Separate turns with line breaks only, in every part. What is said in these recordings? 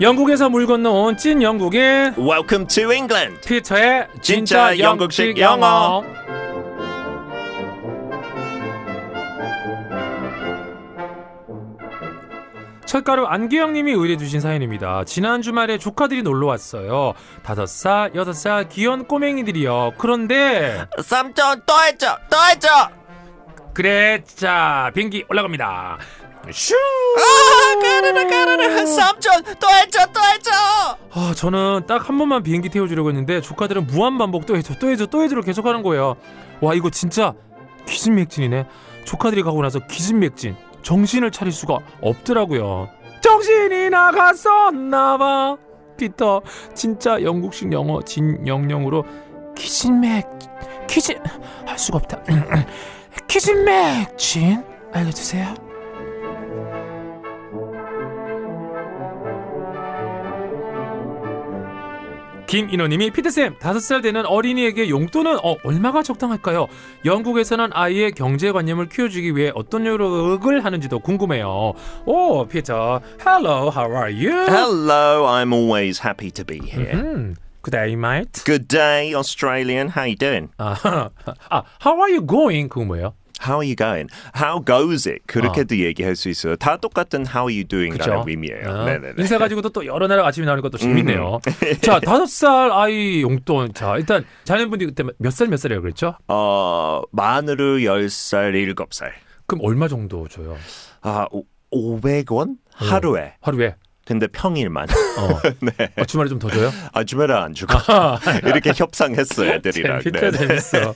영국에서 물 건너온 찐 영국인
Welcome to England.
피처의
진짜
진짜 영국식
영국식
영어. 철가루 안기영님이 의뢰주신 사연입니다. 지난 주말에 조카들이 놀러 왔어요. 다섯 살, 여섯 살 귀여운 꼬맹이들이요. 그런데
삼촌 또 했죠. 또 했죠.
그래, 자 비행기 올라갑니다. 슈!
아, 가르르 가르르. 삼촌 또 했죠. 또 했죠.
아, 저는 딱 한 번만 비행기 태워주려고 했는데 조카들은 무한 반복 또 해줘 또 해줘 또 해줘를 계속하는 거예요. 와 이거 진짜 기진맥진이네. 조카들이 가고 나서 기진맥진 정신을 차릴 수가 없더라고요. 정신이 나갔었나봐. 피터 진짜 영국식 영어 진영영으로 기진맥 기진 할 수가 없다. 기진맥진 알려주세요. 김인호님이 피트쌤 다섯 살 되는 어린이에게 용돈은 어, 얼마가 적당할까요? 영국에서는 아이의 경제관념을 키워주기 위해 어떤 노력을 하는지도 궁금해요. 오 피터, hello, how are you?
Hello, I'm always happy to be here.
음, good day, mate.
Good day, Australian. How you doing?
아, 아, how are you going? 그거 뭐예요?
How are you going? How goes it? 그렇게도 얘기할 수 있어요. 다 똑같은 How you doing라는
그렇죠.
의미예요.
아,
네네네. 음.
인사 가지고도 또 여러 나라 아침에 나오니까 또 재밌네요. 자, 다섯 살 아이 용돈. 자, 일단 자녀분들이 그때 몇 살 몇 살이라고 그랬죠?
어, 만으로 열살 일곱 살
그럼 얼마 정도 줘요?
아, 오- 500원 하루에.
하루에?
근데 평일만.
음.
네.
어. 어, 주말에 좀 더 줘요?
아, 주말에 안 주고. 이렇게 협상했어요, 애들이랑.
재밌다,
네.
그 재밌어.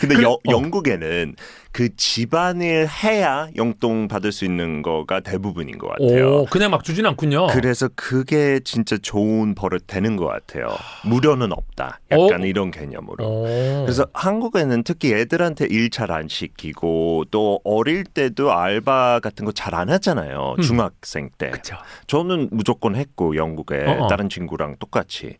근데 여- 영국에는 그 집안일 해야 용돈 받을 수 있는 거가 대부분인 것 같아요.
오, 어. 그냥 막 주진 않군요.
그래서 그게 진짜 좋은 버릇 되는 것 같아요. 무료는 없다. 약간
어.
이런 개념으로.
오.
그래서 한국에는 특히 애들한테 일 잘 안 시키고 또 어릴 때도 알바 같은 거 잘 안 하잖아요. 중학생 때.
음. 그쵸.
저는 무조건 했고 영국에
어, 어.
다른 친구랑 똑같이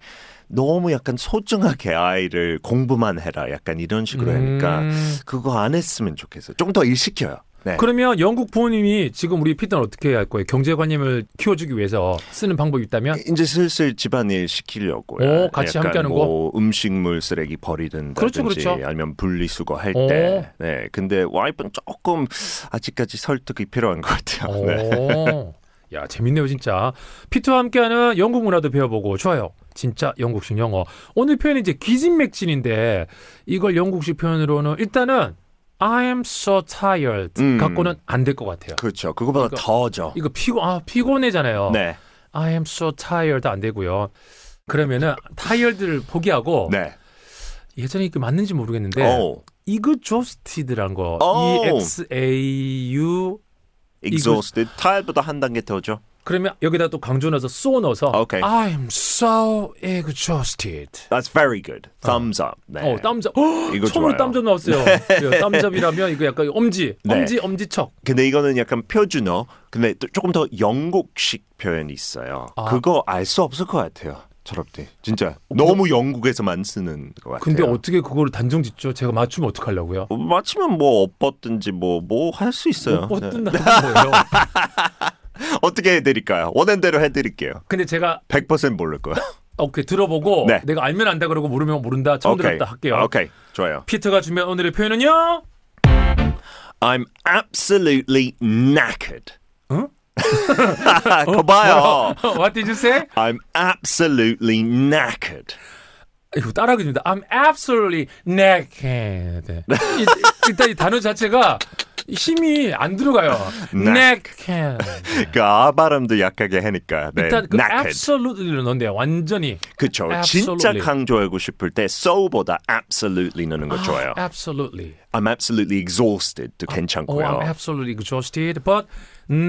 너무 약간 소중하게 아이를 공부만 해라 약간 이런 식으로 하니까
음.
그거 안 했으면 좋겠어요. 좀 더 일 시켜요. 그러니까. 네.
그러면 영국 부모님이 지금 우리 피터는 어떻게 해야 할 거예요? 경제관념을 키워주기 위해서 쓰는 방법이 있다면?
이제 슬슬 집안일 시키려고요.
오, 같이
약간
함께하는
뭐 음식물 쓰레기 버리든다든지
그렇죠, 그렇죠.
아니면 분리수거 할
오.
때. 네. 근데 와이프는 조금 아직까지 설득이 필요한 것 같아요. 네.
오. 어. 야, 재밌네요, 진짜. 피터와 함께하는 영국 문화도 배워보고 좋아요. 진짜 영국식 영어. 오늘 표현이 이제 기진맥진인데 이걸 영국식 표현으로는 일단은 I am so tired
음.
갖고는 안 될 것 같아요.
그렇죠. 그거보다
이거-
더죠.
이거 피곤 아 피곤해잖아요.
네.
I am so tired 안 되고요. 그러면은 tired를 포기하고
네. 어.
예전에 이게 맞는지 모르겠는데
오.
exhausted란 거
오.
E X A U
exhausted. 타일보다 한 단계 더죠.
그러면 여기다 또 강조 넣어서 so 넣어서
오케이.
I am so exhausted.
That's very good. Thumbs up. 네.
어, 땀점.
이거
처음으로
좋아요.
땀점 나왔어요. 예, 땀점이라면 이거 약간 엄지,
네.
엄지, 엄지척.
근데 이거는 약간 표준어. 근데 또 조금 더 영국식 표현이 있어요.
아.
그거 알 수 없을 것 같아요. 저럴 때 진짜 너무 영국에서만 쓰는 것 같아요.
근데 어떻게 그거를 단정 짓죠? 제가 맞추면 어떡하려고요?
어, 맞추면 뭐 업었든지 뭐 뭐 할 수 있어요.
못
네.
버튼다는 거예요.
어떻게 해드릴까요? 원한대로 해드릴게요.
근데 제가
100% 모를 거야.
오케이 들어보고
네.
내가 알면 안다 그러고 모르면 모른다 처음 들었다 할게요.
오케이. 좋아요.
피터가 준비한 오늘의 표현은요.
I'm absolutely knackered.
응? 어?
거 봐요.
What did you say?
I'm absolutely knackered.
이거 따라하기 니다 I'm absolutely naked. 이- 일단 이 단어 자체가 힘이 안 들어가요.
네.
naked.
그 아 발음도 약하게 하니까. 네.
일단 그
knackered.
absolute를 넣는데요. 완전히
그쵸. 진짜
Absolutely.
강조하고 싶을 때 so보다 absolutely 넣는 거 좋아요.
absolutely.
I'm absolutely exhausted도
Oh,
괜찮고요.
I'm absolutely exhausted, but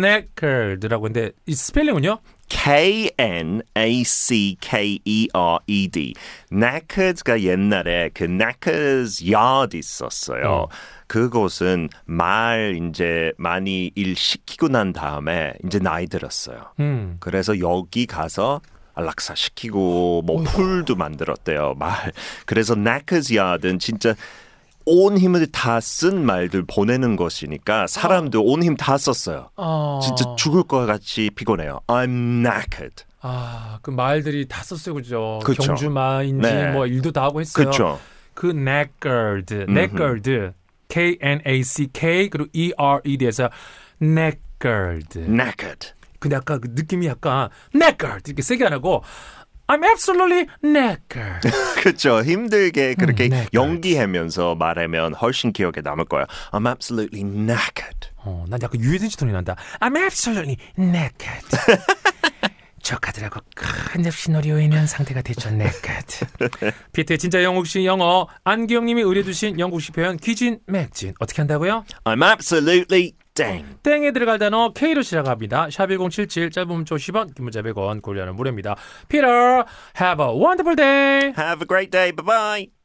naked라고 했는데 이 스펠링은요?
K N A C K E R E D. knackered가 옛날에 그 knackered's yard 있었어요. 그곳은 말 이제 많이 일 시키고 난 다음에 이제 나이 들었어요.
음.
그래서 여기 가서 락사 시키고 뭐 풀도 만들었대요. 말. 그래서 knackered's yard은 진짜 온 힘을 다 쓴 말들 보내는 것이니까 사람도 온 힘 다 썼어요.
아,
진짜 죽을 것 같이 피곤해요. I'm knackered.
아, 그 말들이 다 썼어요, 그죠?
그쵸.
경주마인지
네.
뭐 일도 다 하고 했어요.
그렇죠.
그 knackered, knackered, K N A C K 그리고 E R E D에서 knackered.
knackered.
근데 아까 그 느낌이 약간 knackered 이렇게 세게 안 하고 I'm absolutely knackered.
그렇죠. 힘들게 그렇게
음, knackered.
연기하면서 말하면 훨씬 기억에 남을 거예요. I'm absolutely knackered.
어, 난 약간 유해진 씨 톤이 난다. I'm absolutely naked. 조카들하고 큰 접시 놀이 오해는 상태가 됐죠, naked. 비트의 진짜 영국식 영어, 안기영님이 의뢰주신 영국식 표현 기진, 맥진. 어떻게 한다고요?
I'm absolutely dang.
땡에 들어갈 단어 K로 시작합니다. 샵1077 짧은 문자 10원, 긴 문자 100원, 고려하는 무료입니다. Peter, have a wonderful day!
Have a great day. Bye bye.